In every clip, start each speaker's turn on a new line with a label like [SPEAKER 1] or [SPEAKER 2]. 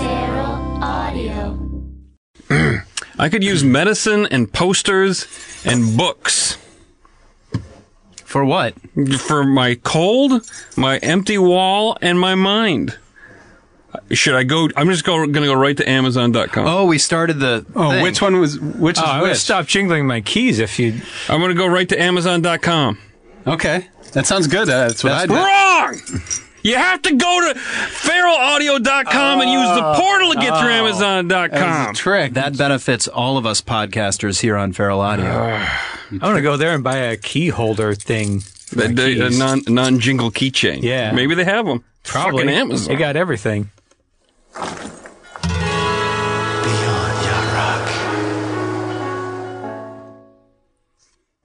[SPEAKER 1] Feral Audio.
[SPEAKER 2] I could use medicine and posters and books
[SPEAKER 3] For what?
[SPEAKER 2] for my cold, my empty wall, and my mind. Should I go? I'm just go, gonna go right to Amazon.com.
[SPEAKER 3] Oh, we started the.
[SPEAKER 4] Oh,
[SPEAKER 3] thing.
[SPEAKER 4] which one was which?
[SPEAKER 5] Oh,
[SPEAKER 4] is
[SPEAKER 5] I would
[SPEAKER 4] which?
[SPEAKER 5] stop jingling my keys if you.
[SPEAKER 2] I'm gonna go right to Amazon.com.
[SPEAKER 4] Okay, that sounds good. Uh, that's what I
[SPEAKER 3] That's
[SPEAKER 4] did.
[SPEAKER 2] Wrong! You have to go to feralaudio.com and use the portal to get through
[SPEAKER 4] That
[SPEAKER 2] Amazon.com.
[SPEAKER 4] was a trick.
[SPEAKER 3] That benefits all of us podcasters here on Feral Audio.
[SPEAKER 4] Uh,
[SPEAKER 5] I want to go there and buy a key holder thing. for my
[SPEAKER 2] The- the- a
[SPEAKER 5] keys.
[SPEAKER 2] uh, non non jingle keychain.
[SPEAKER 5] Yeah.
[SPEAKER 2] Maybe they have them.
[SPEAKER 5] Probably.
[SPEAKER 2] Fucking Amazon.
[SPEAKER 5] They got everything.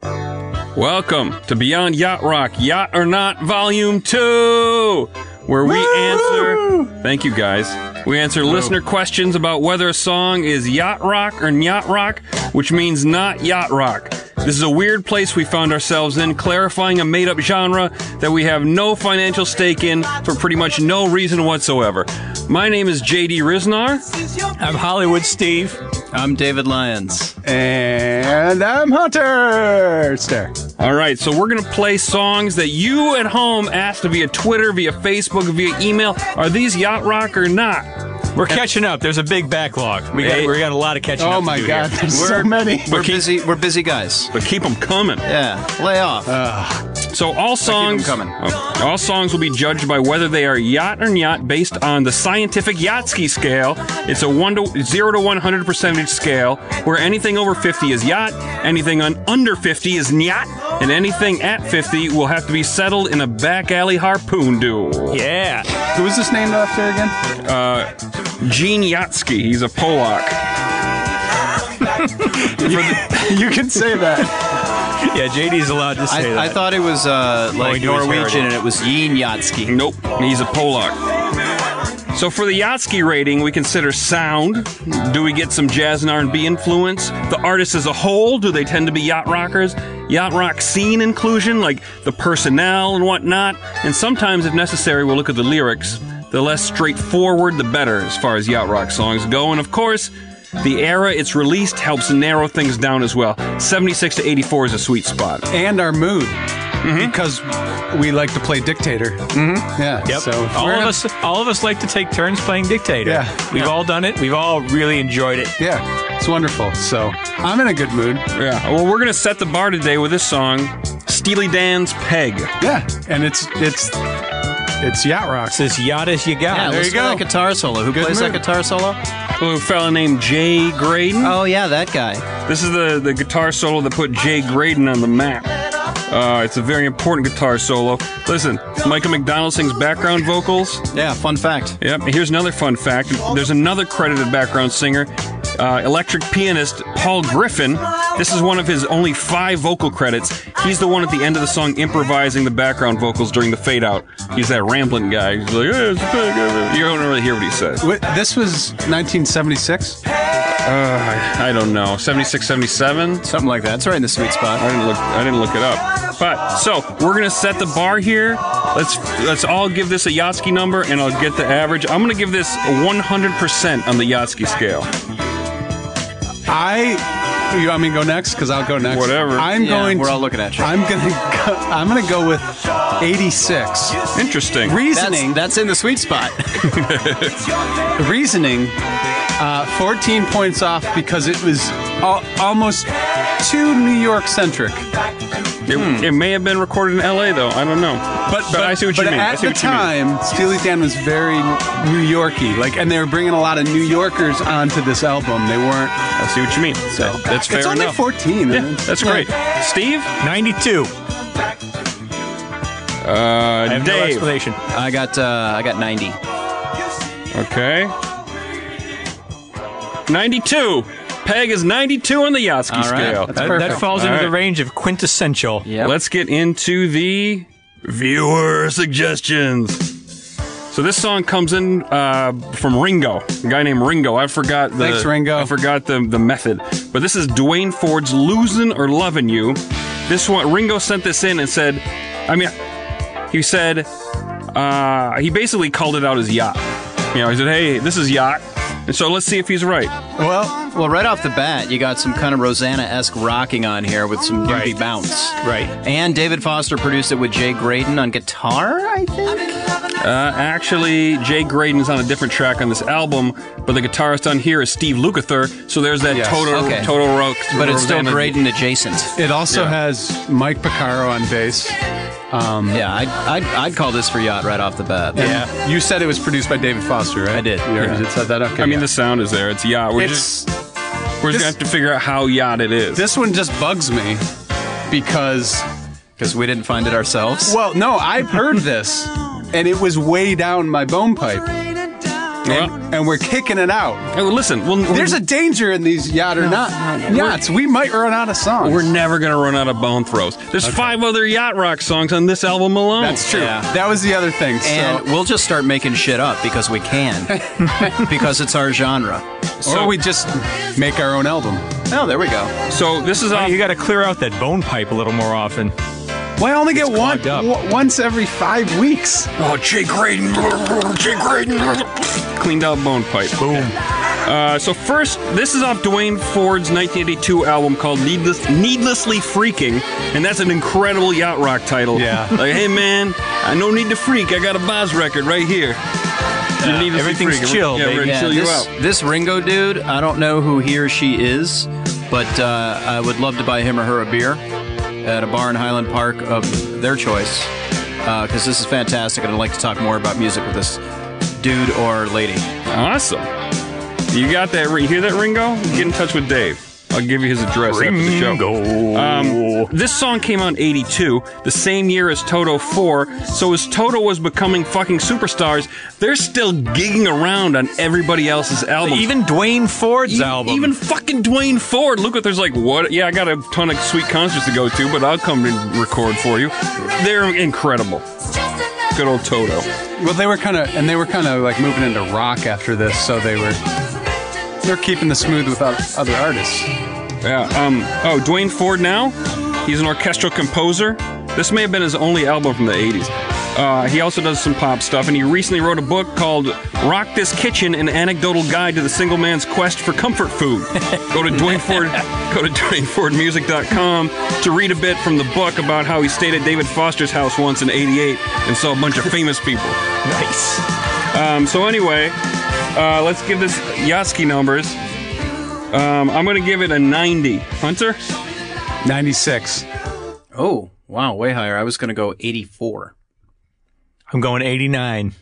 [SPEAKER 2] Welcome to Beyond Yacht Rock, Yacht or Not, Volume 2, where we answer. Thank you, guys. We answer listener questions about whether a song is yacht rock or yacht rock, which means not yacht rock. This is a weird place we found ourselves in, clarifying a made up genre that we have no financial stake in for pretty much no reason whatsoever. My name is JD Riznar.
[SPEAKER 5] I'm Hollywood Steve.
[SPEAKER 3] I'm David Lyons.
[SPEAKER 4] And I'm Hunter. Stir.
[SPEAKER 2] All right, so we're going to play songs that you at home asked via Twitter, via Facebook, via email. Are these yacht rock or not?
[SPEAKER 5] We're catching up. There's a big backlog. We got
[SPEAKER 2] Hey.
[SPEAKER 5] we got a lot of catching up.
[SPEAKER 4] Oh
[SPEAKER 5] to
[SPEAKER 4] my
[SPEAKER 5] do
[SPEAKER 4] God,
[SPEAKER 5] here.
[SPEAKER 4] there's so many.
[SPEAKER 3] We're busy. We're busy guys.
[SPEAKER 2] But keep them coming.
[SPEAKER 3] Yeah, lay off.
[SPEAKER 4] Uh,
[SPEAKER 2] So all songs,
[SPEAKER 3] coming.
[SPEAKER 2] Oh, all songs will be judged by whether they are yacht or not based on the scientific Yachtsky scale. It's a one to zero to one hundred percentage scale where anything over fifty is yacht, anything on under fifty is yacht, and anything at fifty will have to be settled in a back alley harpoon duel.
[SPEAKER 5] Yeah.
[SPEAKER 4] Who was this named after again?
[SPEAKER 2] Gene Yatsky, he's a Polak.
[SPEAKER 4] you can say that.
[SPEAKER 5] Yeah. JD's allowed to say
[SPEAKER 3] I,
[SPEAKER 5] that.
[SPEAKER 3] I thought it was uh, like
[SPEAKER 5] he knew his
[SPEAKER 3] Norwegian, and
[SPEAKER 5] heritage.
[SPEAKER 3] it was Yin Yatsky.
[SPEAKER 2] Nope, he's a Polak. So for the Yatsky rating, we consider sound. Do we get some jazz and R&B influence? The artist as a whole, do they tend to be yacht rockers? Yacht rock scene inclusion, like the personnel and whatnot. And sometimes, if necessary, we'll look at the lyrics. The less straightforward, the better, as far as yacht rock songs go. And of course, the era it's released helps narrow things down as well. 76 to 84 is a sweet spot.
[SPEAKER 4] And our mood, because we like to play dictator. Mm-hmm. Yeah.
[SPEAKER 5] Yep.
[SPEAKER 4] So if
[SPEAKER 5] all
[SPEAKER 4] we're
[SPEAKER 5] of
[SPEAKER 4] in-
[SPEAKER 5] us, all of us like to take turns playing dictator.
[SPEAKER 4] Yeah.
[SPEAKER 5] We've all done it. We've all really enjoyed it.
[SPEAKER 4] Yeah, it's wonderful. So I'm in a good mood.
[SPEAKER 2] Yeah. Well, we're gonna set the bar today with this song, Steely Dan's "Peg."
[SPEAKER 4] Yeah, and it's it's it's yacht rock.
[SPEAKER 5] It's as yacht as you got.
[SPEAKER 3] Yeah,
[SPEAKER 4] there
[SPEAKER 3] listen
[SPEAKER 4] you go.
[SPEAKER 3] to that guitar solo. Who
[SPEAKER 4] Good
[SPEAKER 3] plays that
[SPEAKER 4] move.
[SPEAKER 3] guitar solo?
[SPEAKER 2] A fella named Jay Graydon.
[SPEAKER 3] Oh yeah, that guy.
[SPEAKER 2] This is the the guitar solo that put Jay Graydon on the map. Uh, it's a very important guitar solo. Listen, Michael McDonald sings background vocals.
[SPEAKER 3] Yeah, fun fact.
[SPEAKER 2] Yep. Here's another fun fact. There's another credited background singer, uh, electric pianist Paul Griffin. This is one of his only five vocal credits. He's the one at the end of the song improvising the background vocals during the fade out. He's that rambling guy. He's like, "Hey, it's a pig, uh, you don't really hear what he says.
[SPEAKER 4] Wait, This was 1976.
[SPEAKER 2] I don't know. 76, 77?
[SPEAKER 3] Something like that. It's right in the sweet
[SPEAKER 2] I
[SPEAKER 3] spot.
[SPEAKER 2] didn't look. I didn't look it up. But so we're gonna set the bar here. Let's let's all give this a Yatsky number, and I'll get the average. I'm gonna give this 100% on the Yatsky scale.
[SPEAKER 4] I you want me to go next? Because I'll go next.
[SPEAKER 2] Whatever.
[SPEAKER 4] I'm
[SPEAKER 3] Yeah,
[SPEAKER 4] going.
[SPEAKER 3] we're
[SPEAKER 4] to-
[SPEAKER 3] all looking at you.
[SPEAKER 4] I'm gonna. Go, I'm gonna go with 86.
[SPEAKER 2] Interesting.
[SPEAKER 4] Reasoning.
[SPEAKER 3] That's, that's in the sweet spot.
[SPEAKER 4] reasoning. Uh, 14 points off because it was al- almost too New York centric.
[SPEAKER 2] It, it may have been recorded in L.A. though. I don't know. But but, I see what
[SPEAKER 4] but
[SPEAKER 2] you mean. I
[SPEAKER 4] at
[SPEAKER 2] see
[SPEAKER 4] the
[SPEAKER 2] what you mean.
[SPEAKER 4] time, Steely Dan was very New Yorky, like, and they were bringing a lot of New Yorkers onto this album. They weren't.
[SPEAKER 2] I see what you mean. So that's fair
[SPEAKER 4] it's only
[SPEAKER 2] enough.
[SPEAKER 4] 14.
[SPEAKER 2] Yeah,
[SPEAKER 4] man.
[SPEAKER 2] that's
[SPEAKER 4] Like,
[SPEAKER 2] great. Steve,
[SPEAKER 5] 92.
[SPEAKER 2] uh,
[SPEAKER 5] I have no
[SPEAKER 2] Dave.
[SPEAKER 5] explanation.
[SPEAKER 3] I got uh, I got 90.
[SPEAKER 2] okay. 92. Peg is 92 on the Yatsky
[SPEAKER 3] All right.
[SPEAKER 2] scale.
[SPEAKER 3] That's
[SPEAKER 5] That,
[SPEAKER 4] perfect.
[SPEAKER 5] that falls
[SPEAKER 2] All
[SPEAKER 5] into the
[SPEAKER 2] right.
[SPEAKER 5] range of quintessential.
[SPEAKER 3] Yeah.
[SPEAKER 2] Let's get into the viewer suggestions. So this song comes in uh, from Ringo, a guy named Ringo. I forgot the
[SPEAKER 4] Thanks, Ringo.
[SPEAKER 2] I forgot the the method, but this is Dwayne Ford's "Losing or Loving You." This one, Ringo sent this in and said, I mean, he said uh, he basically called it out as yacht. You know, he said, "Hey, this is yacht," and so let's see if he's right.
[SPEAKER 4] Well,
[SPEAKER 3] Well, right off the bat, you got some kind of Rosanna-esque rocking on here with some doobie
[SPEAKER 5] Right.
[SPEAKER 3] bounce.
[SPEAKER 5] Right.
[SPEAKER 3] And David Foster produced it with Jay Graydon on guitar, I think.
[SPEAKER 2] Uh, actually, Jay Graydon's on a different track on this album, but the guitarist on here is Steve Lukather. So there's that
[SPEAKER 4] Yes.
[SPEAKER 2] total
[SPEAKER 3] Okay.
[SPEAKER 2] total rock.
[SPEAKER 3] But it's still
[SPEAKER 2] Rosanna-
[SPEAKER 3] Graydon adjacent.
[SPEAKER 4] it also
[SPEAKER 2] Yeah.
[SPEAKER 4] has Mike Picaro on bass.
[SPEAKER 3] Yeah, I'd, I'd, I'd call this for yacht right off the bat.
[SPEAKER 4] And You said it was produced by David Foster, right?
[SPEAKER 3] I did.
[SPEAKER 4] You already said that. Okay.
[SPEAKER 2] I mean,
[SPEAKER 4] yeah.
[SPEAKER 2] the sound is there. It's yacht. We're just
[SPEAKER 4] it's
[SPEAKER 2] we're just
[SPEAKER 4] this-
[SPEAKER 2] gonna have to figure out how yacht it is.
[SPEAKER 4] this one just bugs me because
[SPEAKER 3] Because we didn't find it ourselves.
[SPEAKER 4] well, no, I've heard this and it was way down my bone pipe,
[SPEAKER 2] Well,
[SPEAKER 4] and we're kicking it out.
[SPEAKER 2] hey, well, listen, we'll,
[SPEAKER 4] There's a danger in these yacht or not yachts. We might run out of songs.
[SPEAKER 2] we're never gonna run out of bone throws. There's five other yacht rock songs on this album alone.
[SPEAKER 4] That's true.
[SPEAKER 3] Yeah.
[SPEAKER 4] That was the other thing. So
[SPEAKER 3] and we'll just start making shit up because we can. because it's our genre.
[SPEAKER 2] So
[SPEAKER 4] or we just make our own album.
[SPEAKER 3] Oh, there we go.
[SPEAKER 2] So this is
[SPEAKER 5] Oh,
[SPEAKER 2] off.
[SPEAKER 5] you got to clear out that bone pipe a little more often.
[SPEAKER 4] Well, I only get one
[SPEAKER 5] clogged up.
[SPEAKER 4] w- once every five weeks.
[SPEAKER 2] Oh, Jay Graydon, Jay Graydon, cleaned out bone pipe.
[SPEAKER 5] Boom.
[SPEAKER 2] Uh, so first, this is off Dwayne Ford's 1982 album called Needless, "Needlessly Freaking," and that's an incredible yacht rock title.
[SPEAKER 5] Yeah.
[SPEAKER 2] like, hey man, I no need to freak. I got a Boz record right here. You need to
[SPEAKER 5] everything's
[SPEAKER 2] freak.
[SPEAKER 5] chill,
[SPEAKER 2] Yeah,
[SPEAKER 5] baby.
[SPEAKER 2] we're gonna
[SPEAKER 3] Yeah,
[SPEAKER 2] chill you
[SPEAKER 3] this,
[SPEAKER 2] out.
[SPEAKER 3] this Ringo dude, I don't know who he or she is, but uh, I would love to buy him or her a beer at a bar in Highland Park of their choice because this is fantastic, and I'd like to talk more about music with this dude or lady.
[SPEAKER 2] Awesome. You got that? You hear that, Ringo? Get in touch with Dave. I'll give you his address after the show. Um, this song came out in 82, the same year as Toto 4, so as Toto was becoming fucking superstars, they're still gigging around on everybody else's albums.
[SPEAKER 5] Even Dwayne Ford's
[SPEAKER 2] Even-
[SPEAKER 5] album.
[SPEAKER 2] even fucking Dwayne Ford. Look what there's like, what? Yeah, I got a ton of sweet concerts to go to, but I'll come and record for you. They're incredible. Good old Toto.
[SPEAKER 4] Well, they were kind of, and they were kind of like moving into rock after this, so they were they're keeping the smooth with oth- other artists.
[SPEAKER 2] Yeah. Um. Oh, Dwayne Ford now. He's an orchestral composer. This may have been his only album from the 80s. Uh, he also does some pop stuff, and he recently wrote a book called Rock This Kitchen An Anecdotal Guide to the Single Man's Quest for Comfort Food. go to Dwayne Ford, go to DwayneFordMusic.com to read a bit from the book about how he stayed at David Foster's house once in 88 and saw a bunch of famous people.
[SPEAKER 5] nice.
[SPEAKER 2] Um, so, anyway, uh, let's give this Yaski numbers. Um, I'm going to give it a 90. Hunter?
[SPEAKER 4] Ninety-six.
[SPEAKER 3] Oh, wow, way higher. I was going to go 84.
[SPEAKER 5] I'm going 89.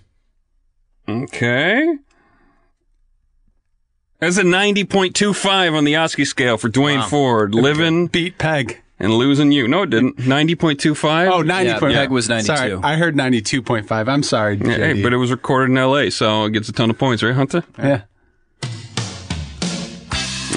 [SPEAKER 2] Okay. That's a 90.25 on the Oski scale for Dwayne Ford. Living
[SPEAKER 4] Beat Peg.
[SPEAKER 2] and losing you. No, it didn't. 90.25.
[SPEAKER 4] Oh, 90.
[SPEAKER 3] Yeah, Peg was 92.
[SPEAKER 4] Sorry, I heard 92.5. I'm sorry,
[SPEAKER 2] Yeah,
[SPEAKER 4] JD.
[SPEAKER 2] hey, but it was recorded in LA, so it gets a ton of points, right, Hunter?
[SPEAKER 4] yeah.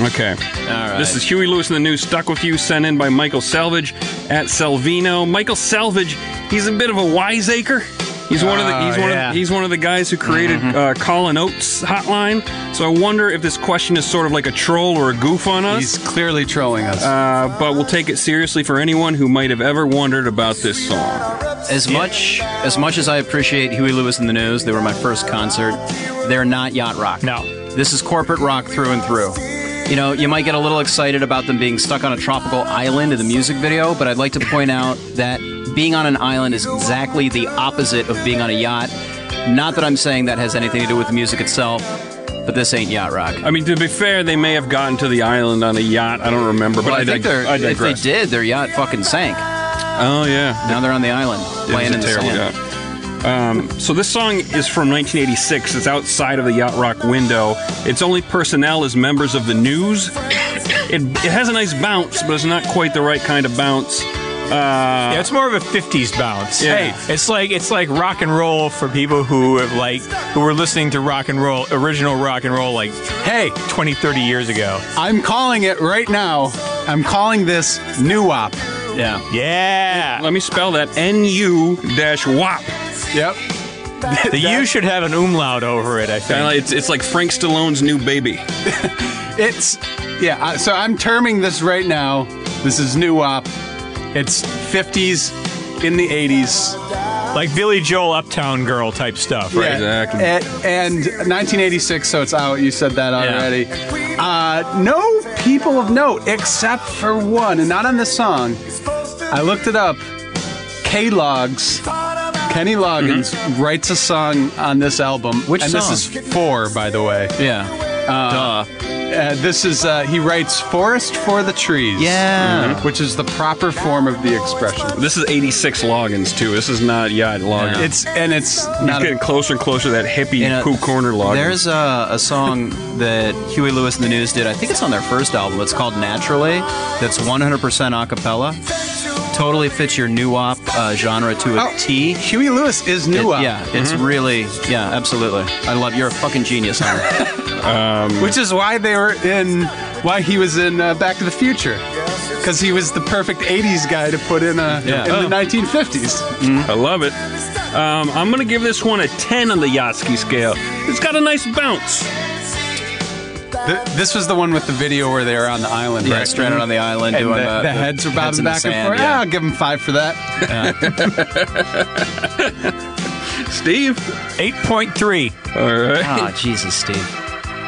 [SPEAKER 2] Okay.
[SPEAKER 3] All right.
[SPEAKER 2] This is Huey Lewis in the News Stuck With You, sent in by Michael Salvage at Salvino. Michael Salvage, he's a bit of a wiseacre. He's one of the he's
[SPEAKER 5] Oh,
[SPEAKER 2] one
[SPEAKER 5] yeah.
[SPEAKER 2] of he's one of the guys who created uh, Colin Oates Hotline. So I wonder if this question is sort of like a troll or a goof on us.
[SPEAKER 4] He's clearly trolling us.
[SPEAKER 2] Uh, but we'll take it seriously for anyone who might have ever wondered about this song.
[SPEAKER 3] As much as much as I appreciate Huey Lewis and the News, they were my first concert. They're not yacht rock.
[SPEAKER 5] No.
[SPEAKER 3] this is corporate rock through and through. You know, you might get a little excited about them being stuck on a tropical island in the music video, but I'd like to point out that being on an island is exactly the opposite of being on a yacht. Not that I'm saying that has anything to do with the music itself, but this ain't yacht rock.
[SPEAKER 2] I mean, to be fair, they may have gotten to the island on a yacht. I don't remember, but
[SPEAKER 3] Well,
[SPEAKER 2] I,
[SPEAKER 3] I think
[SPEAKER 2] dig-
[SPEAKER 3] they're
[SPEAKER 2] I
[SPEAKER 3] if they
[SPEAKER 2] digress.
[SPEAKER 3] did, their yacht fucking sank.
[SPEAKER 2] oh yeah,
[SPEAKER 3] Now they're on the island,
[SPEAKER 2] It was
[SPEAKER 3] playing
[SPEAKER 2] a
[SPEAKER 3] in the
[SPEAKER 2] terrible
[SPEAKER 3] sand.
[SPEAKER 2] yacht. Um, so this song is from 1986. It's outside of the yacht rock window. Its only personnel is members of the News. It, it has a nice bounce, but it's not quite the right kind of bounce.
[SPEAKER 5] yeah, it's more of a 50s bounce.
[SPEAKER 2] Yeah.
[SPEAKER 5] Hey, it's like it's like rock and roll for people who have like who were listening to rock and roll, original rock and roll like hey, 20, 30 years ago.
[SPEAKER 4] I'm calling it right now. I'm calling this new op.
[SPEAKER 3] Yeah.
[SPEAKER 5] Yeah.
[SPEAKER 2] Let me spell that: N-U-WAP.
[SPEAKER 4] Yep.
[SPEAKER 5] The U should have an umlaut over it, I
[SPEAKER 2] Kinda like-
[SPEAKER 5] think.
[SPEAKER 2] It's, it's like Frank Stallone's new baby.
[SPEAKER 4] It's yeah. I- So I'm terming this right now. This is new op. It's 50s in the 80s.
[SPEAKER 5] like Billy Joel, Uptown Girl type stuff, right?
[SPEAKER 2] Exactly.
[SPEAKER 4] A- And, 1986, so it's out. You said that already. Uh, no people of note except for one, and not on this song. I looked it up. K Logs, Kenny Loggins writes a song on this album.
[SPEAKER 3] Mm-hmm. Which
[SPEAKER 4] and
[SPEAKER 3] song?
[SPEAKER 4] this is four, by the way.
[SPEAKER 3] Yeah.
[SPEAKER 4] Uh, uh, this is uh, he writes "Forest for the Trees." Mm-hmm.
[SPEAKER 3] Yeah.
[SPEAKER 4] which is the proper form of the expression.
[SPEAKER 2] This is 86 Loggins, too. This is not Yacht Loggins. It's
[SPEAKER 4] It's and it's
[SPEAKER 2] He's
[SPEAKER 4] not. a-
[SPEAKER 2] getting closer and closer to that hippie
[SPEAKER 3] You know,
[SPEAKER 2] cool corner Loggins.
[SPEAKER 3] There's a, a song that Huey Lewis and the News did. I think it's on their first album. It's called Naturally. That's 100% a cappella. Totally fits your new op uh, genre to a
[SPEAKER 4] Oh,
[SPEAKER 3] T.
[SPEAKER 4] Huey Lewis is
[SPEAKER 3] It-
[SPEAKER 4] new. Mm-hmm.
[SPEAKER 3] yeah, it's really, yeah, absolutely. I love you're a fucking genius, Hunter.
[SPEAKER 4] Which is why they were in, why he was in uh, Back to the Future, because he was the perfect '80s guy to put in a
[SPEAKER 3] Yeah.
[SPEAKER 4] in
[SPEAKER 3] Oh.
[SPEAKER 4] the 1950s.
[SPEAKER 2] I love it. Um, I'm going to give this one a 10 on the Yatsky scale. It's got a nice bounce.
[SPEAKER 4] Th- this was the one with the video where they were on the island,
[SPEAKER 3] yeah,
[SPEAKER 4] right?
[SPEAKER 3] stranded on the island
[SPEAKER 4] and the,
[SPEAKER 3] doing the,
[SPEAKER 4] the heads are bobbing
[SPEAKER 3] in the
[SPEAKER 4] back and
[SPEAKER 3] sand,
[SPEAKER 4] forth. Yeah.
[SPEAKER 3] Yeah.
[SPEAKER 4] I'll give him five for that.
[SPEAKER 2] Steve?
[SPEAKER 5] Eight point three.
[SPEAKER 2] All right.
[SPEAKER 3] Ah, Jesus, Steve.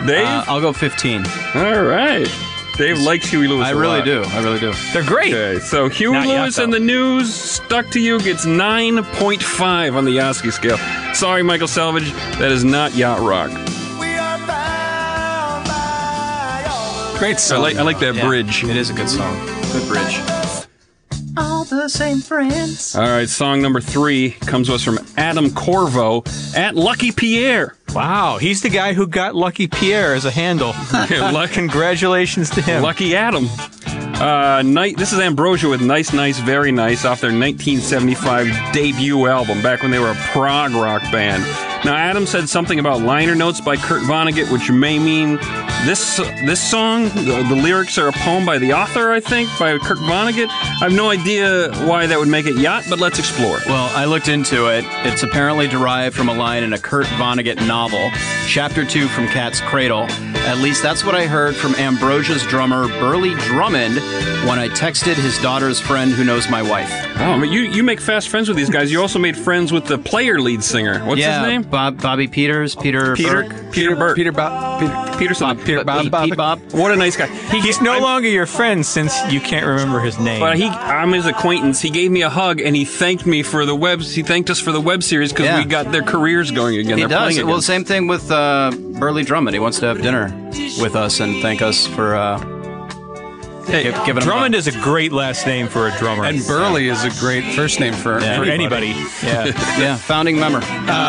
[SPEAKER 2] Dave?
[SPEAKER 3] Uh, I'll go 15.
[SPEAKER 2] All right. Dave likes Huey Lewis.
[SPEAKER 3] I
[SPEAKER 2] a
[SPEAKER 3] really
[SPEAKER 2] lot.
[SPEAKER 3] do. I really do.
[SPEAKER 5] They're great.
[SPEAKER 2] Okay, so Huey
[SPEAKER 5] Not yet,
[SPEAKER 2] Lewis and
[SPEAKER 5] though.
[SPEAKER 2] the News Stuck to You gets 9.5 on the Yatsky scale. Sorry, Michael Salvage, that is not Yacht Rock.
[SPEAKER 4] Great
[SPEAKER 2] I
[SPEAKER 4] song.
[SPEAKER 2] like, I like that
[SPEAKER 3] Yeah.
[SPEAKER 2] bridge.
[SPEAKER 3] It is a good song. Good bridge. All the same friends.
[SPEAKER 2] All right, song number three comes to us from Adam Corvo at Lucky Pierre.
[SPEAKER 5] Wow, he's the guy who got Lucky Pierre as a handle.
[SPEAKER 2] Luck-
[SPEAKER 5] Congratulations to him.
[SPEAKER 2] Lucky Adam. Uh, night. This is Ambrosia with "Nice, Nice, Very Nice" off their 1975 debut album, back when they were a prog rock band. Now, Adam said something about liner notes by Kurt Vonnegut, which may mean this this song. The, the lyrics are a poem by the author, I think, by Kurt Vonnegut. I have no idea why that would make it yacht, but let's explore.
[SPEAKER 3] Well, I looked into it. It's apparently derived from a line in a Kurt Vonnegut novel, Chapter 2 from Cat's Cradle. At least that's what I heard from Ambrosia's drummer, Burley Drummond, when I texted his daughter's friend who knows my wife.
[SPEAKER 2] Oh, I mean, you you make fast friends with these guys. You also made friends with the player lead singer. What's
[SPEAKER 3] yeah,
[SPEAKER 2] his name?
[SPEAKER 3] Bob, Bobby Peters, Peter,
[SPEAKER 2] Peter
[SPEAKER 3] Burke.
[SPEAKER 2] Peter Burke.
[SPEAKER 4] Peter Bob. Peter.
[SPEAKER 2] Peterson.
[SPEAKER 4] Peter Bob-
[SPEAKER 3] Pete-
[SPEAKER 4] Bob-
[SPEAKER 3] Pete Bob.
[SPEAKER 2] What a nice guy. He,
[SPEAKER 5] He's no longer your friend since you can't remember his name.
[SPEAKER 2] But he, I'm his acquaintance. He gave me a hug and he thanked me for the webs. He thanked us for the web series because
[SPEAKER 3] Yeah.
[SPEAKER 2] we got their careers going again.
[SPEAKER 3] He
[SPEAKER 2] They're
[SPEAKER 3] does.
[SPEAKER 2] playing
[SPEAKER 3] Well,
[SPEAKER 2] again.
[SPEAKER 3] same thing with uh, Burley Drummond. He wants to have dinner with us and thank us for uh,
[SPEAKER 2] Hey,
[SPEAKER 3] gi- giving
[SPEAKER 5] Drummond
[SPEAKER 3] him.
[SPEAKER 5] is a great last name for a drummer.
[SPEAKER 4] And Burley is a great first name for,
[SPEAKER 5] Yeah,
[SPEAKER 4] for
[SPEAKER 5] for anybody. Yeah.
[SPEAKER 3] a yeah, founding member.
[SPEAKER 4] Uh,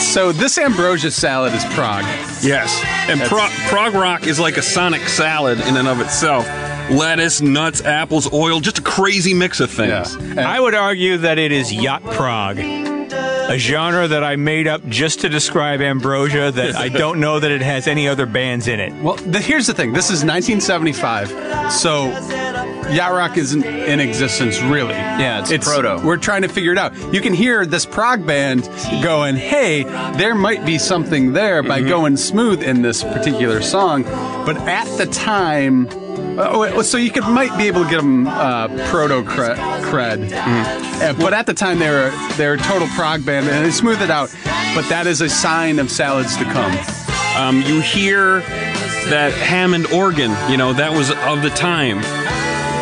[SPEAKER 4] So this ambrosia salad is Prague.
[SPEAKER 2] yes. And prog, prog rock is like a sonic salad in and of itself. Lettuce, nuts, apples, oil, just a crazy mix of things.
[SPEAKER 5] I would argue that it is yacht prog, a genre that I made up just to describe Ambrosia that I don't know that it has any other bands in it.
[SPEAKER 4] Well, the, here's the thing. This is 1975, so yacht rock isn't in existence really.
[SPEAKER 3] Yeah, it's proto.
[SPEAKER 4] We're trying to figure it out. You can hear this prog band going, "Hey, there might be something there" by
[SPEAKER 3] Mm-hmm.
[SPEAKER 4] going smooth in this particular song, but at the time. Oh, so you could might be able to get them uh, proto cre- cred,
[SPEAKER 3] Mm-hmm.
[SPEAKER 4] Uh, but at the time they were they were total prog band and they smoothed it out. But that is a sign of salads to come.
[SPEAKER 2] Um, you hear that Hammond organ, you know, that was of the time.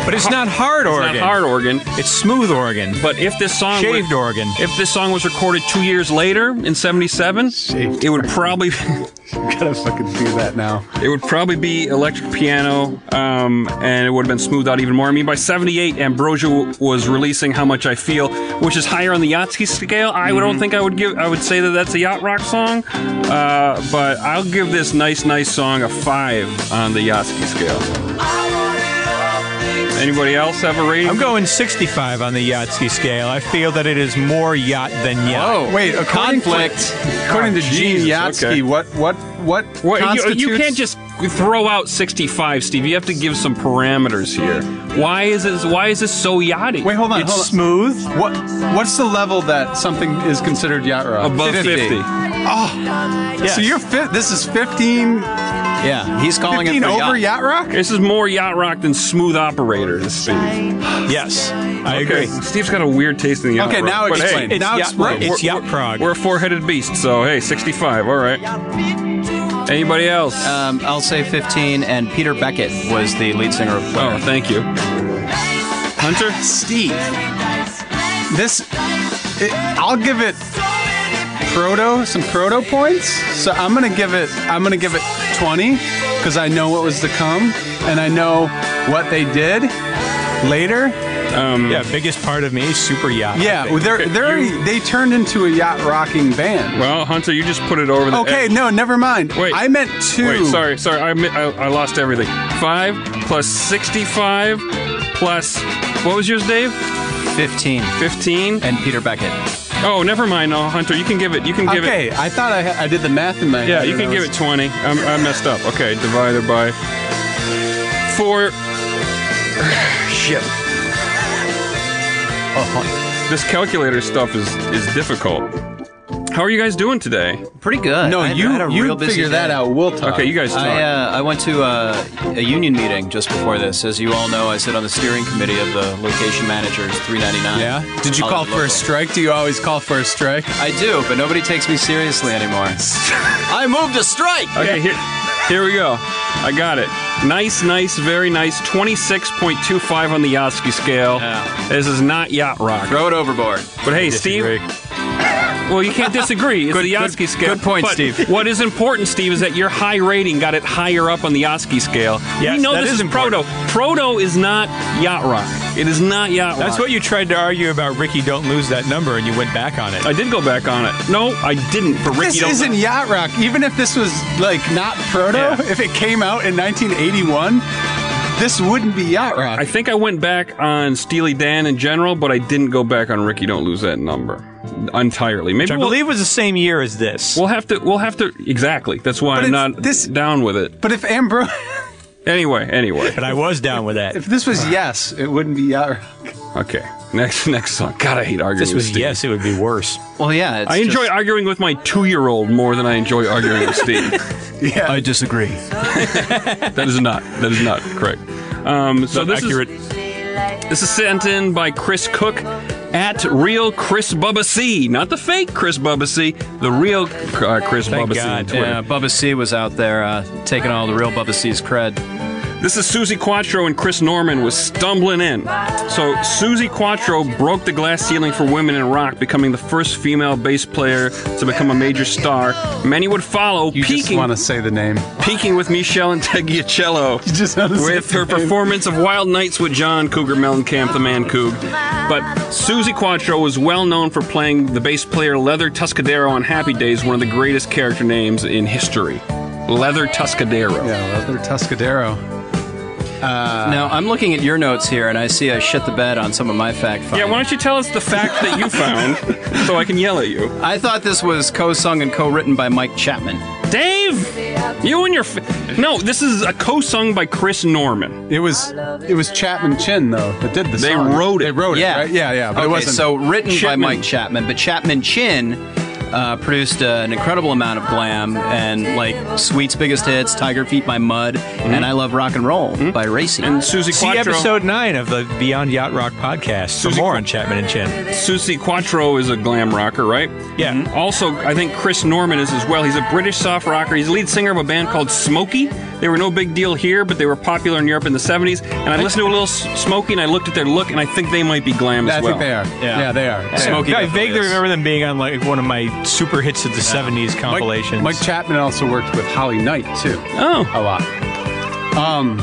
[SPEAKER 5] But it's not hard
[SPEAKER 2] It's
[SPEAKER 5] organ.
[SPEAKER 2] not hard organ.
[SPEAKER 5] It's smooth organ.
[SPEAKER 2] But if this song
[SPEAKER 5] Shaved
[SPEAKER 2] were-
[SPEAKER 5] organ.
[SPEAKER 2] if this song was recorded two years later in '77,
[SPEAKER 4] Shaved
[SPEAKER 2] it would probably
[SPEAKER 4] Gotta fucking do that now.
[SPEAKER 2] It would probably be electric piano, um, and it would have been smoothed out even more. I mean, by 78, Ambrosia w- was releasing How Much I Feel, which is higher on the Yatsky scale. I
[SPEAKER 4] Mhm.
[SPEAKER 2] don't think I would give, I would say that that's a yacht rock song, uh, but I'll give this nice, nice song a five on the Yatsky scale. Anybody else have a rating?
[SPEAKER 5] I'm going 65 on the Yahtzee scale. I feel that it is more yacht than
[SPEAKER 2] Oh.
[SPEAKER 5] yacht.
[SPEAKER 4] Wait, according
[SPEAKER 3] conflict.
[SPEAKER 4] To, according to Gene
[SPEAKER 2] Ah, Jesus,
[SPEAKER 4] Yatsky,
[SPEAKER 2] okay.
[SPEAKER 4] what what what,
[SPEAKER 2] Well, you,
[SPEAKER 4] constitutes?
[SPEAKER 2] you can't just throw out 65, Steve. You have to give some parameters here. Why is this, why is this so yachty?
[SPEAKER 4] wait. Hold on.
[SPEAKER 5] It's
[SPEAKER 4] hold on.
[SPEAKER 5] smooth.
[SPEAKER 4] What what's the level that something is considered yacht rock?
[SPEAKER 2] Above 50.
[SPEAKER 4] So you're fi- this is 15
[SPEAKER 3] Yeah, he's calling it
[SPEAKER 4] 15
[SPEAKER 3] for
[SPEAKER 4] over yacht rock?
[SPEAKER 2] This is more yacht rock than smooth operator. This Steve.
[SPEAKER 5] Yes, I agree.
[SPEAKER 2] Steve's got a weird taste in the yacht
[SPEAKER 4] Okay,
[SPEAKER 2] rock,
[SPEAKER 4] now
[SPEAKER 2] but hey,
[SPEAKER 4] explain.
[SPEAKER 5] it's
[SPEAKER 4] now
[SPEAKER 5] yacht
[SPEAKER 4] explain.
[SPEAKER 5] rock. It's
[SPEAKER 2] we're-
[SPEAKER 5] yacht
[SPEAKER 2] we're-
[SPEAKER 5] prog.
[SPEAKER 2] We're a four-headed beast, so hey, 65. All right. Anybody else?
[SPEAKER 4] Uh,
[SPEAKER 3] Um, I'll say 15, and Peter Beckett was the lead singer of
[SPEAKER 2] oh, thank you, Hunter.
[SPEAKER 4] Steve. This, it, I'll give it proto some proto points. So I'm gonna give it I'm gonna give it 20 because I know what was to come and I know what they did later.
[SPEAKER 5] Yeah, biggest part of me is super yacht.
[SPEAKER 4] Yeah, well, they're they're they turned into a yacht rocking band.
[SPEAKER 2] Well, Hunter, you just put it over the.
[SPEAKER 4] Okay,
[SPEAKER 2] edge.
[SPEAKER 4] no, never mind.
[SPEAKER 2] Wait.
[SPEAKER 4] I meant two.
[SPEAKER 2] Wait, sorry, sorry. I, mi- I, I lost everything. Five plus 65 plus. What was yours, Dave?
[SPEAKER 4] Oh.
[SPEAKER 3] 15,
[SPEAKER 2] 15?
[SPEAKER 3] and Peter Beckett.
[SPEAKER 2] Oh, never mind. No, Hunter, you can give it. You can give it.
[SPEAKER 4] Okay, I thought I, ha- I did the math in my head.
[SPEAKER 2] Yeah, you can
[SPEAKER 4] and I
[SPEAKER 2] give
[SPEAKER 4] was-
[SPEAKER 2] it 20. I'm, I messed up. Okay, divided by four. Shit. Uh-huh. This calculator stuff is is difficult. How are you guys doing today?
[SPEAKER 3] Pretty good.
[SPEAKER 4] No,
[SPEAKER 3] I had-
[SPEAKER 4] you
[SPEAKER 3] I had a
[SPEAKER 4] you
[SPEAKER 3] real busy
[SPEAKER 4] figure that
[SPEAKER 3] day.
[SPEAKER 4] out. We'll talk.
[SPEAKER 2] Okay, you guys talk.
[SPEAKER 3] I, uh, I went to uh, a union meeting just before this. As you all know, I sit on the steering committee of the location managers 399.
[SPEAKER 4] Yeah. Did
[SPEAKER 5] Oh,
[SPEAKER 4] you
[SPEAKER 3] All
[SPEAKER 4] call
[SPEAKER 3] the
[SPEAKER 4] for
[SPEAKER 3] local.
[SPEAKER 4] a strike? Do you always call for a strike?
[SPEAKER 3] I do, but nobody takes me seriously anymore. I moved to strike.
[SPEAKER 2] Okay, here, here we go. I got it. Nice, nice, very nice. 26.25 on the Yatsky scale.
[SPEAKER 3] Yeah.
[SPEAKER 2] This is not yacht rock.
[SPEAKER 3] Throw it overboard.
[SPEAKER 2] But hey, Steve. Well, you can't disagree. It's the Yatsky scale.
[SPEAKER 3] good point,
[SPEAKER 2] But
[SPEAKER 3] Steve.
[SPEAKER 2] What is important, Steve, is that your high rating got it higher up on the Yatsky scale.
[SPEAKER 5] Yes,
[SPEAKER 2] we know
[SPEAKER 5] that
[SPEAKER 2] this
[SPEAKER 5] is
[SPEAKER 2] is, proto. Proto is not yacht rock. It is not yacht rock.
[SPEAKER 5] That's what you tried to argue about Ricky don't lose that number and you went back on it.
[SPEAKER 2] I did go back on it. No, I didn't. But Ricky,
[SPEAKER 4] This
[SPEAKER 2] don't-
[SPEAKER 4] isn't yacht rock. Even if this was like not proto,
[SPEAKER 2] Yeah.
[SPEAKER 4] if it came out in 1981, this wouldn't be yacht rock.
[SPEAKER 2] I think I went back on Steely Dan in general, but I didn't go back on Ricky. Don't lose that number entirely. Maybe
[SPEAKER 5] Which I
[SPEAKER 2] we'll,
[SPEAKER 5] believe was the same year as this.
[SPEAKER 2] we'll have to. We'll have to. Exactly. That's why
[SPEAKER 4] But
[SPEAKER 2] I'm
[SPEAKER 4] it's-
[SPEAKER 2] not
[SPEAKER 4] this-
[SPEAKER 2] down with it.
[SPEAKER 4] but if Ambro,
[SPEAKER 2] Anyway. Anyway.
[SPEAKER 5] but I was down with that.
[SPEAKER 4] if this was yes, it wouldn't be yacht rock.
[SPEAKER 2] Okay. Next. Next song. God, I hate arguing.
[SPEAKER 5] This
[SPEAKER 2] with
[SPEAKER 5] was
[SPEAKER 2] Steve.
[SPEAKER 5] yes, it would be worse.
[SPEAKER 3] Well, yeah. It's
[SPEAKER 2] I enjoy
[SPEAKER 3] just-
[SPEAKER 2] arguing with my two-year-old more than I enjoy arguing with Steve.
[SPEAKER 3] I disagree.
[SPEAKER 2] That is not. That is not correct. Um, so this
[SPEAKER 5] accurate.
[SPEAKER 2] is this is sent in by Chris Cook at Real Chris Bubba C, not the fake Chris Bubba C, the real uh, Chris
[SPEAKER 5] Thank
[SPEAKER 2] Bubba C on
[SPEAKER 5] God.
[SPEAKER 2] Twitter.
[SPEAKER 3] Yeah, Bubba C was out there uh, taking all the real Bubba C's cred.
[SPEAKER 2] This is Susie Quattro and Chris Norman was stumbling in. So Susie Quattro broke the glass ceiling for women in rock, becoming the first female bass player to become a major star. Many would follow,
[SPEAKER 4] You just
[SPEAKER 2] peaking,
[SPEAKER 4] want to say the name.
[SPEAKER 2] peaking with Michelle and Tegiacello.
[SPEAKER 4] You just want to say
[SPEAKER 2] With her
[SPEAKER 4] the name.
[SPEAKER 2] performance of Wild Nights with John Cougar Mellencamp, the man Coog. But Susie Quattro was well known for playing the bass player Leather Tuscadero on Happy Days, one of the greatest character names in history. Leather Tuscadero.
[SPEAKER 4] Yeah, Leather Tuscadero.
[SPEAKER 3] now I'm looking at your notes here, and I see I shit the bed on some of my fact
[SPEAKER 2] Yeah,
[SPEAKER 3] finding.
[SPEAKER 2] why don't you tell us the fact that you found so I can yell at you?
[SPEAKER 3] I thought this was co-sung and co-written by Mike Chapman.
[SPEAKER 2] Dave! You and your. F- no, this is a co sung by Chris Norman.
[SPEAKER 4] It was it was Chapman Chin though that did the
[SPEAKER 2] They
[SPEAKER 4] song.
[SPEAKER 2] wrote it.
[SPEAKER 4] They wrote
[SPEAKER 3] Yeah,
[SPEAKER 4] it. Right? Oh, Yeah, yeah. But
[SPEAKER 3] okay,
[SPEAKER 4] it wasn't.
[SPEAKER 3] so written
[SPEAKER 2] Chapman.
[SPEAKER 3] by Mike Chapman, but Chapman Chin uh, produced uh, an incredible amount of glam and like Sweet's biggest hits, Tiger Feet by Mud,
[SPEAKER 4] Mm-hmm.
[SPEAKER 3] and I Love Rock and Roll by Racy.
[SPEAKER 2] And Susie
[SPEAKER 5] See
[SPEAKER 2] Quattro.
[SPEAKER 5] episode nine of the Beyond Yacht Rock podcast for
[SPEAKER 2] Susie-
[SPEAKER 5] more on Chapman and Chin.
[SPEAKER 2] Susie Quattro is a glam rocker, right?
[SPEAKER 5] Yeah.
[SPEAKER 2] Mhm. Also, I think Chris Norman is as well. He's a British soft rocker. He's the lead singer of a band called Smokey. They were no big deal here, but they were popular in Europe in the 70s. And I listened to a little S- Smokey and I looked at their look and I think they might be glam
[SPEAKER 4] I
[SPEAKER 2] as well.
[SPEAKER 4] think they are.
[SPEAKER 3] Yeah.
[SPEAKER 4] Yeah, they are.
[SPEAKER 3] Smokey
[SPEAKER 5] I
[SPEAKER 3] definitely
[SPEAKER 5] vaguely
[SPEAKER 3] is.
[SPEAKER 5] remember them being on like one of my super hits of the '70s compilations.
[SPEAKER 4] Mike Chapman also worked with Holly Knight too.
[SPEAKER 2] Oh.
[SPEAKER 4] a lot. Um,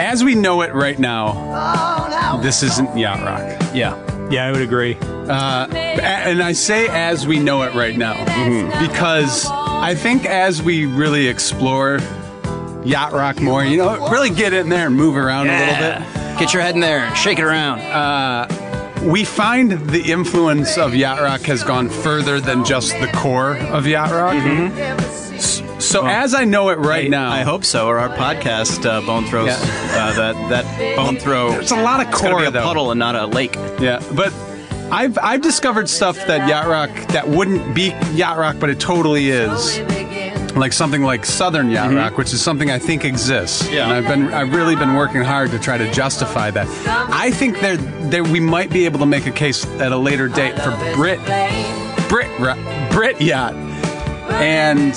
[SPEAKER 4] as we know it right now, this isn't yacht rock.
[SPEAKER 3] yeah,
[SPEAKER 5] yeah, I would agree.
[SPEAKER 4] A- And I say as we know it right now
[SPEAKER 3] Mm-hmm.
[SPEAKER 4] because I think as we really explore yacht rock more, you know, really get in there and move around a little
[SPEAKER 3] get your head in there, shake it around.
[SPEAKER 4] bit, we find the influence of yacht rock has gone further than just the core of yacht rock. S- So as I know it right now,
[SPEAKER 3] Mm-hmm. I hope so, or our podcast uh, Bone Throws
[SPEAKER 4] Yeah.
[SPEAKER 3] uh, that that Bone Throw.
[SPEAKER 4] There's a lot of
[SPEAKER 3] It's gonna
[SPEAKER 4] core
[SPEAKER 3] be a
[SPEAKER 4] though.
[SPEAKER 3] puddle and not a lake.
[SPEAKER 4] Yeah, but I've I've discovered stuff that yacht rock that wouldn't be yacht rock, but it totally is. like something like Southern yacht rock, which is something I think exists.
[SPEAKER 3] Yeah.
[SPEAKER 4] And I've been I've really been working hard to try to justify that. I think there there we might be able to make a case at a later date for Brit Brit ro- Brit yacht, and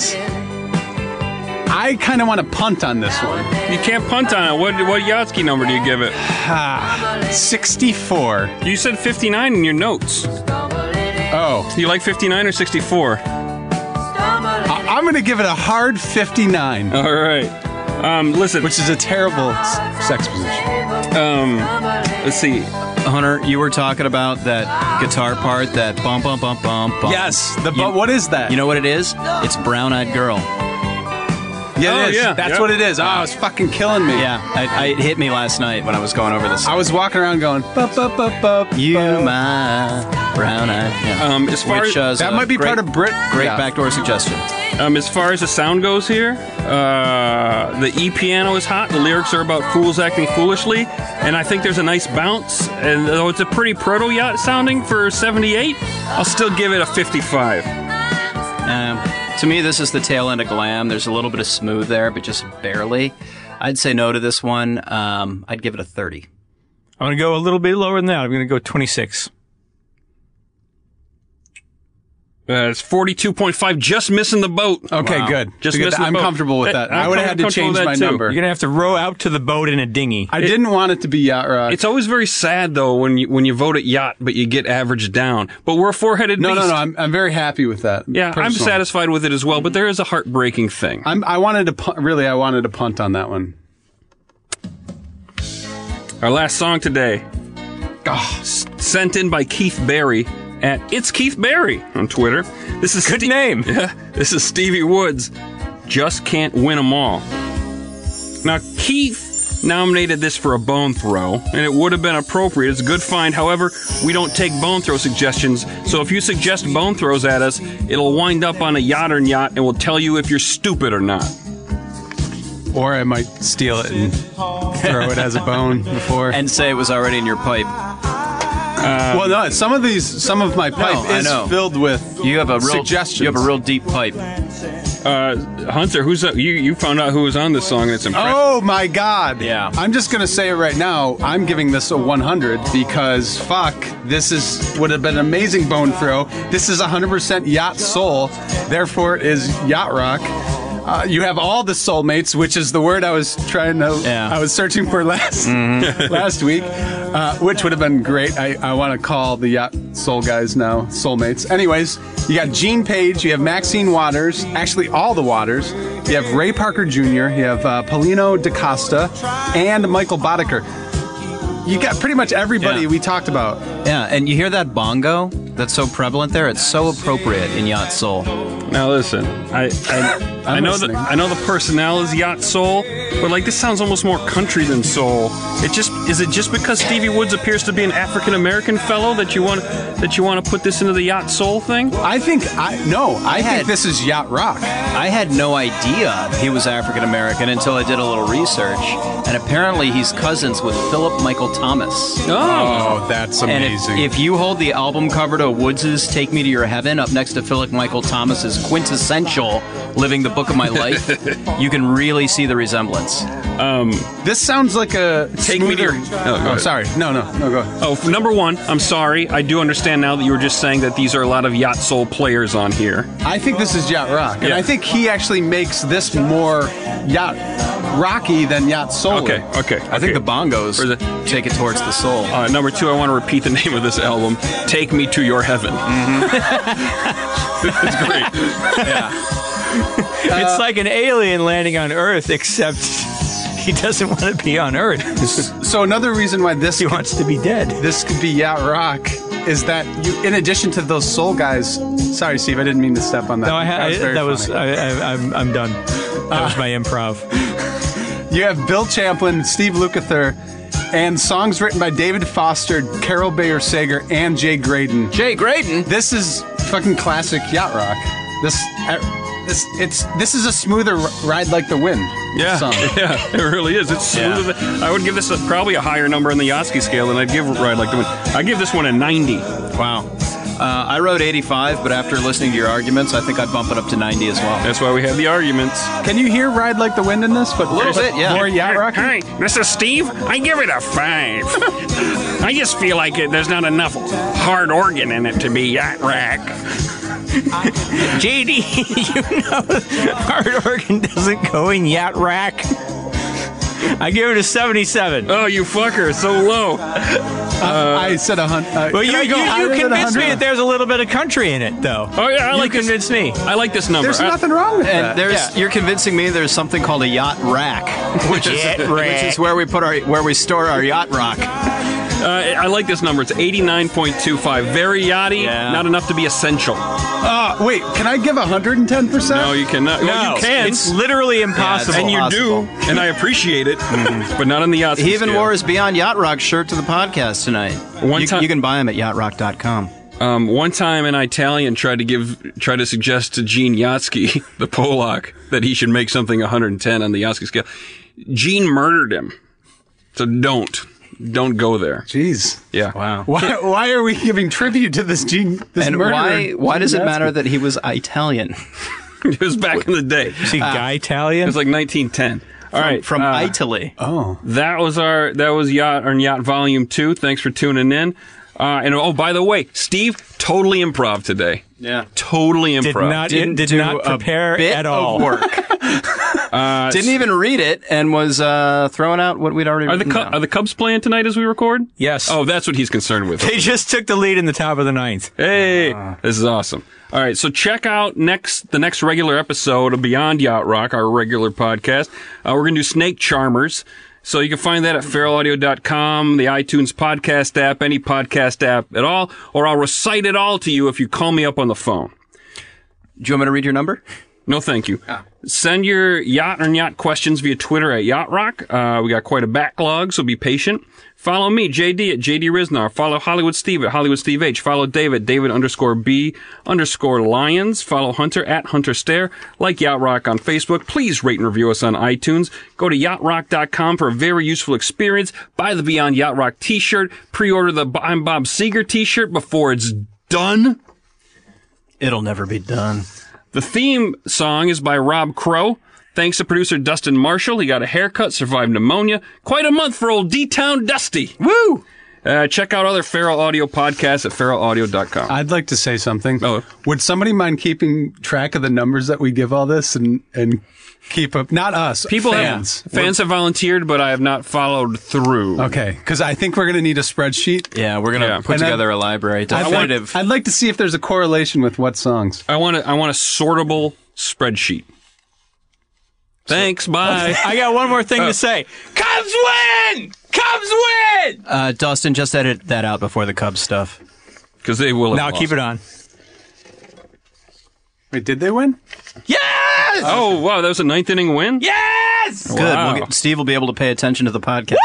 [SPEAKER 4] I kind of want to punt on this one.
[SPEAKER 2] You can't punt on it. What what Yatsky number do you give it?
[SPEAKER 4] Ah, Sixty four.
[SPEAKER 2] You said 59 in your notes.
[SPEAKER 4] Oh,
[SPEAKER 2] Do you like 59 or 64?
[SPEAKER 4] I- I'm gonna give it a hard fifty nine,
[SPEAKER 2] All right. Um, listen.
[SPEAKER 4] which is a terrible s- sex position.
[SPEAKER 2] Um, let's see.
[SPEAKER 3] Hunter, you were talking about that guitar part, that bump, bump, bump, bump, bump.
[SPEAKER 4] Yes, the
[SPEAKER 3] You-
[SPEAKER 4] but what is that?
[SPEAKER 3] You know what it is? It's Brown Eyed Girl.
[SPEAKER 4] yeah,
[SPEAKER 2] Oh,
[SPEAKER 4] it is.
[SPEAKER 2] yeah,
[SPEAKER 4] that's
[SPEAKER 2] yeah.
[SPEAKER 4] what it is. Oh, it's fucking killing me.
[SPEAKER 3] Yeah, I, I, it hit me last night when I was going over this.
[SPEAKER 4] I was uh, walking around going, bup, bup, bup, bup,
[SPEAKER 3] You
[SPEAKER 4] bup.
[SPEAKER 3] my brown eyed. Yeah.
[SPEAKER 2] Um, as far as-
[SPEAKER 3] Which, uh, is
[SPEAKER 4] That
[SPEAKER 3] a
[SPEAKER 4] might be
[SPEAKER 3] great,
[SPEAKER 4] part of Brit.
[SPEAKER 3] Great
[SPEAKER 4] yeah.
[SPEAKER 3] backdoor suggestion.
[SPEAKER 2] Um, as far as the sound goes here, uh, the E piano is hot. The lyrics are about fools acting foolishly, and I think there's a nice bounce. And though it's a pretty proto yacht sounding for 78, I'll still give it a 55.
[SPEAKER 3] Um, to me, this is the tail end of glam. There's a little bit of smooth there, but just barely. I'd say no to this one. Um, I'd give it a 30.
[SPEAKER 5] I'm going to go a little bit lower than that. I'm going to go 26.
[SPEAKER 2] Uh, it's 42.5, just missing the boat.
[SPEAKER 4] Okay,
[SPEAKER 3] Wow.
[SPEAKER 4] good.
[SPEAKER 2] Just
[SPEAKER 4] Because
[SPEAKER 2] missed the
[SPEAKER 4] I'm
[SPEAKER 2] boat. Eh,
[SPEAKER 4] comfortable with that.
[SPEAKER 2] I'm
[SPEAKER 4] I would have had to
[SPEAKER 2] comfortable
[SPEAKER 4] change
[SPEAKER 2] with that
[SPEAKER 4] my
[SPEAKER 2] too.
[SPEAKER 4] number.
[SPEAKER 5] You're going to have to row out to the boat in a dinghy.
[SPEAKER 4] I didn't want it to be uh, yacht rock.
[SPEAKER 2] It's always very sad though when you when you vote at yacht, but you get averaged down. But we're a four-headed
[SPEAKER 4] no,
[SPEAKER 2] beast.
[SPEAKER 4] no, no. I'm, I'm very happy with that.
[SPEAKER 2] Yeah, I'm
[SPEAKER 4] personally.
[SPEAKER 2] satisfied with it as well. But there is a heartbreaking thing.
[SPEAKER 4] I'm, I wanted to punt, really. I wanted to punt on that one.
[SPEAKER 2] Our last song today,
[SPEAKER 5] Ah.
[SPEAKER 2] s- sent in by Keith Barry at It's Keith Barry on Twitter. This is
[SPEAKER 5] Good
[SPEAKER 2] Ste-
[SPEAKER 5] name.
[SPEAKER 2] Yeah, this is Stevie Woods. Just can't win 'em all. Now Keith nominated this for a bone throw, and it would have been appropriate. It's a good find. However, we don't take bone throw suggestions. So if you suggest bone throws at us, it'll wind up on a yacht or yacht, and we'll tell you if you're stupid or not.
[SPEAKER 4] Or I might steal it and throw it as a bone before.
[SPEAKER 3] And say it was already in your pipe.
[SPEAKER 4] well, no. Some of these, some of my pipe
[SPEAKER 3] I
[SPEAKER 4] is
[SPEAKER 3] know.
[SPEAKER 4] filled with.
[SPEAKER 3] You have a real
[SPEAKER 4] Suggestions.
[SPEAKER 3] You have a real deep pipe.
[SPEAKER 2] Uh, Hunter, who's uh, you? You found out who was on this song, and it's impressive.
[SPEAKER 4] Oh my God!
[SPEAKER 3] Yeah.
[SPEAKER 4] I'm just gonna say it right now. I'm giving this a 100 because fuck, this is would have been an amazing bone throw. This is 100% yacht soul, therefore it is yacht rock. Uh, you have all the soulmates, which is the word I was trying to,
[SPEAKER 3] Yeah.
[SPEAKER 4] I was searching for last last week, uh, which would have been great. I, I want to call the yacht soul guys now soulmates. Anyways, you got Gene Page, you have Maxine Waters, actually all the Waters. You have Ray Parker Jr., you have uh, Paulino DaCosta, and Michael Boddicker. You got pretty much everybody
[SPEAKER 3] Yeah.
[SPEAKER 4] we talked about.
[SPEAKER 3] Yeah, and you hear that bongo that's so prevalent there? It's so appropriate in Yacht Soul.
[SPEAKER 2] Now listen, I I, I know the
[SPEAKER 4] listening.
[SPEAKER 2] I know the personnel is yacht soul, but like this sounds almost more country than soul. It just is it just because Stevie Woods appears to be an African American fellow that you want that you want to put this into the yacht soul thing?
[SPEAKER 4] I think I no, I, think
[SPEAKER 3] had-
[SPEAKER 4] this is yacht rock.
[SPEAKER 3] I had no idea he was African American until I did a little research, and apparently he's cousins with Philip Michael Thomas.
[SPEAKER 4] Oh, that's
[SPEAKER 3] And if,
[SPEAKER 4] amazing.
[SPEAKER 3] if you hold the album cover to Woods' Take Me to Your Heaven up next to Philip Michael Thomas's quintessential Living the Book of My Life, you can really see the resemblance.
[SPEAKER 4] this sounds like a
[SPEAKER 2] Take me to your-
[SPEAKER 4] smoother-
[SPEAKER 2] Oh, go
[SPEAKER 4] oh,
[SPEAKER 2] ahead.
[SPEAKER 4] sorry. No, no, no. Go. Ahead.
[SPEAKER 2] Oh, f- number one, I'm sorry. I do understand now that you were just saying that these are a lot of yacht soul players on here.
[SPEAKER 4] I think this is yacht rock, and
[SPEAKER 2] Yeah.
[SPEAKER 4] I think he actually makes this more yacht rocky than yacht soul.
[SPEAKER 2] Okay, okay.
[SPEAKER 3] I think the bongos
[SPEAKER 2] Or the-
[SPEAKER 3] take it towards the soul.
[SPEAKER 2] Uh, number two, I want to repeat the name of this album. Take me to your heaven. it's great.
[SPEAKER 5] it's like an alien landing on Earth, except he doesn't want to be on Earth.
[SPEAKER 4] So another reason why this
[SPEAKER 5] He wants to be dead.
[SPEAKER 4] this could be yacht rock is that you, in addition to those soul guys. Sorry, Steve, I didn't mean to step on that.
[SPEAKER 5] No, I, ha-
[SPEAKER 4] that
[SPEAKER 5] I,
[SPEAKER 4] was very
[SPEAKER 5] that was
[SPEAKER 4] funny.
[SPEAKER 5] I, I, I'm, I'm done. That was my improv.
[SPEAKER 4] You have Bill Champlin, Steve Lukather, and songs written by David Foster, Carol Bayer Sager, and Jay Graydon.
[SPEAKER 3] Jay Graydon.
[SPEAKER 4] This is fucking classic yacht rock. This, I, this, it's this is a smoother r- ride like the wind.
[SPEAKER 2] Yeah,
[SPEAKER 4] song.
[SPEAKER 2] yeah, it really is. It's smooth. I would give this a, probably a higher number on the Yatsky scale than I'd give Ride Like the Wind. I give this one a 90.
[SPEAKER 3] Wow. Uh, I wrote 85, but after listening to your arguments, I think I'd bump it up to 90 as well.
[SPEAKER 2] That's why we have the arguments.
[SPEAKER 4] Can you hear "Ride Like the Wind" in this? But a
[SPEAKER 3] little bit, yeah.
[SPEAKER 4] More yacht rock.
[SPEAKER 2] Hi, Mr. Steve. I give it a five. I just feel like it, there's not enough hard organ in it to be yacht rack.
[SPEAKER 5] JD, you know, hard organ doesn't go in yacht rack. I give it a 77.
[SPEAKER 2] Oh, you fucker! So low.
[SPEAKER 4] I said a hundred. Uh,
[SPEAKER 5] But
[SPEAKER 4] can
[SPEAKER 5] you,
[SPEAKER 4] I go higher
[SPEAKER 5] you,
[SPEAKER 4] than
[SPEAKER 5] you convinced me
[SPEAKER 4] 100?
[SPEAKER 5] that there's a little bit of country in it, though.
[SPEAKER 2] Oh yeah, I
[SPEAKER 5] you
[SPEAKER 2] like this.
[SPEAKER 5] convinced me.
[SPEAKER 2] I like this number. Uh,
[SPEAKER 4] There's
[SPEAKER 2] I-
[SPEAKER 4] nothing wrong with
[SPEAKER 3] And
[SPEAKER 4] that.
[SPEAKER 3] there's you're convincing me there's something called a yacht rack, which is
[SPEAKER 5] Yacht rack.
[SPEAKER 3] which is where we put our where we store our yacht rock.
[SPEAKER 2] uh, I like this number. It's 89.25. Very yachty.
[SPEAKER 3] Yeah.
[SPEAKER 2] Not enough to be essential.
[SPEAKER 4] Uh, wait, can I give 110 percent?
[SPEAKER 2] No, you cannot. well, you can.
[SPEAKER 5] It's literally impossible.
[SPEAKER 2] and you
[SPEAKER 3] possible.
[SPEAKER 2] do, and I appreciate it, but not on the yacht.
[SPEAKER 3] Mm-hmm. He even
[SPEAKER 2] scale.
[SPEAKER 3] wore his Beyond Yacht Rock shirt to the podcast tonight.
[SPEAKER 2] One
[SPEAKER 3] you,
[SPEAKER 2] time-
[SPEAKER 3] you can buy him at yachtrock.com.
[SPEAKER 2] Um, one time, an Italian tried to give, tried to suggest to Gene Yatsky, the Polak, that he should make something 110 on the Yatsky scale. Gene murdered him. So don't, don't go there.
[SPEAKER 4] Jeez.
[SPEAKER 2] Yeah.
[SPEAKER 4] Why, why are we giving tribute to this gene? This
[SPEAKER 3] And
[SPEAKER 4] murderer?
[SPEAKER 3] why why does it matter that he was Italian?
[SPEAKER 2] it was back in the day. It
[SPEAKER 5] See,
[SPEAKER 3] Ah.
[SPEAKER 5] guy Italian?
[SPEAKER 2] was like 1910. All right.
[SPEAKER 3] From
[SPEAKER 2] uh,
[SPEAKER 3] Italy.
[SPEAKER 2] that was our, that was yacht on yacht volume two. Thanks for tuning in. Uh, and oh, by the way, Steve, totally improv today.
[SPEAKER 3] Yeah.
[SPEAKER 2] Totally improv.
[SPEAKER 5] did not,
[SPEAKER 3] Didn't
[SPEAKER 5] did,
[SPEAKER 3] do
[SPEAKER 5] not
[SPEAKER 3] a
[SPEAKER 5] prepare
[SPEAKER 3] bit
[SPEAKER 5] at
[SPEAKER 3] of
[SPEAKER 5] all.
[SPEAKER 3] work.
[SPEAKER 2] Uh,
[SPEAKER 3] Didn't even read it and was uh, throwing out what we'd already
[SPEAKER 2] Are the
[SPEAKER 3] written
[SPEAKER 2] Cu-
[SPEAKER 3] down.
[SPEAKER 2] are the Cubs playing tonight as we record?
[SPEAKER 5] Yes.
[SPEAKER 2] Oh, that's what he's concerned with.
[SPEAKER 5] They just took the lead in the top of the ninth.
[SPEAKER 2] Hey, this is awesome. All right, so check out next the next regular episode of Beyond Yacht Rock, our regular podcast. Uh, we're going to do Snake Charmers. So you can find that at feralaudio.com, the iTunes podcast app, any podcast app at all, or I'll recite it all to you if you call me up on the phone.
[SPEAKER 3] Do you want me to read your number?
[SPEAKER 2] No, thank you. Send your yacht or yacht questions via Twitter at Yacht Rock. Uh, we got quite a backlog, so be patient. Follow me, JD at JD Riznar. Follow Hollywood Steve at Hollywood Steve H. Follow David, David underscore B underscore Lions. Follow Hunter at Hunter Stare. Like Yacht Rock on Facebook. Please rate and review us on iTunes. Go to yachtrock.com for a very useful experience. Buy the Beyond Yacht Rock t-shirt. Pre-order the I'm Bob Seeger t-shirt before it's done.
[SPEAKER 3] It'll never be done.
[SPEAKER 2] The theme song is by Rob Crow. Thanks to producer Dustin Marshall. He got a haircut, survived pneumonia. Quite a month for old D Town Dusty. Woo! Uh, check out other Feral Audio podcasts at feralaudio.com.
[SPEAKER 4] I'd like to say something.
[SPEAKER 2] Oh.
[SPEAKER 4] Would somebody mind keeping track of the numbers that we give all this and and keep up? Not us.
[SPEAKER 2] People
[SPEAKER 4] fans.
[SPEAKER 2] have fans have volunteered, but I have not followed through.
[SPEAKER 4] okay, because I think we're going to need a spreadsheet.
[SPEAKER 3] Yeah, we're gonna
[SPEAKER 2] Yeah.
[SPEAKER 3] put
[SPEAKER 4] And I-
[SPEAKER 3] together a library.
[SPEAKER 4] I'd like-
[SPEAKER 3] Definitive.
[SPEAKER 4] I'd like to see if there's a correlation with what songs.
[SPEAKER 2] I want a, I want a sortable spreadsheet. Thanks. Bye.
[SPEAKER 5] I got one more thing to
[SPEAKER 3] Oh.
[SPEAKER 5] say. Cubs win! Cubs win!
[SPEAKER 3] Uh, Dustin, just edit that out before the Cubs stuff.
[SPEAKER 2] Because they will. have
[SPEAKER 5] now
[SPEAKER 2] lost.
[SPEAKER 5] keep it on.
[SPEAKER 4] Wait, did they win?
[SPEAKER 5] Yes!
[SPEAKER 2] Oh wow, that was a ninth inning win.
[SPEAKER 5] Yes!
[SPEAKER 3] Good.
[SPEAKER 2] Wow.
[SPEAKER 3] We'll get, Steve will be able to pay attention to the podcast.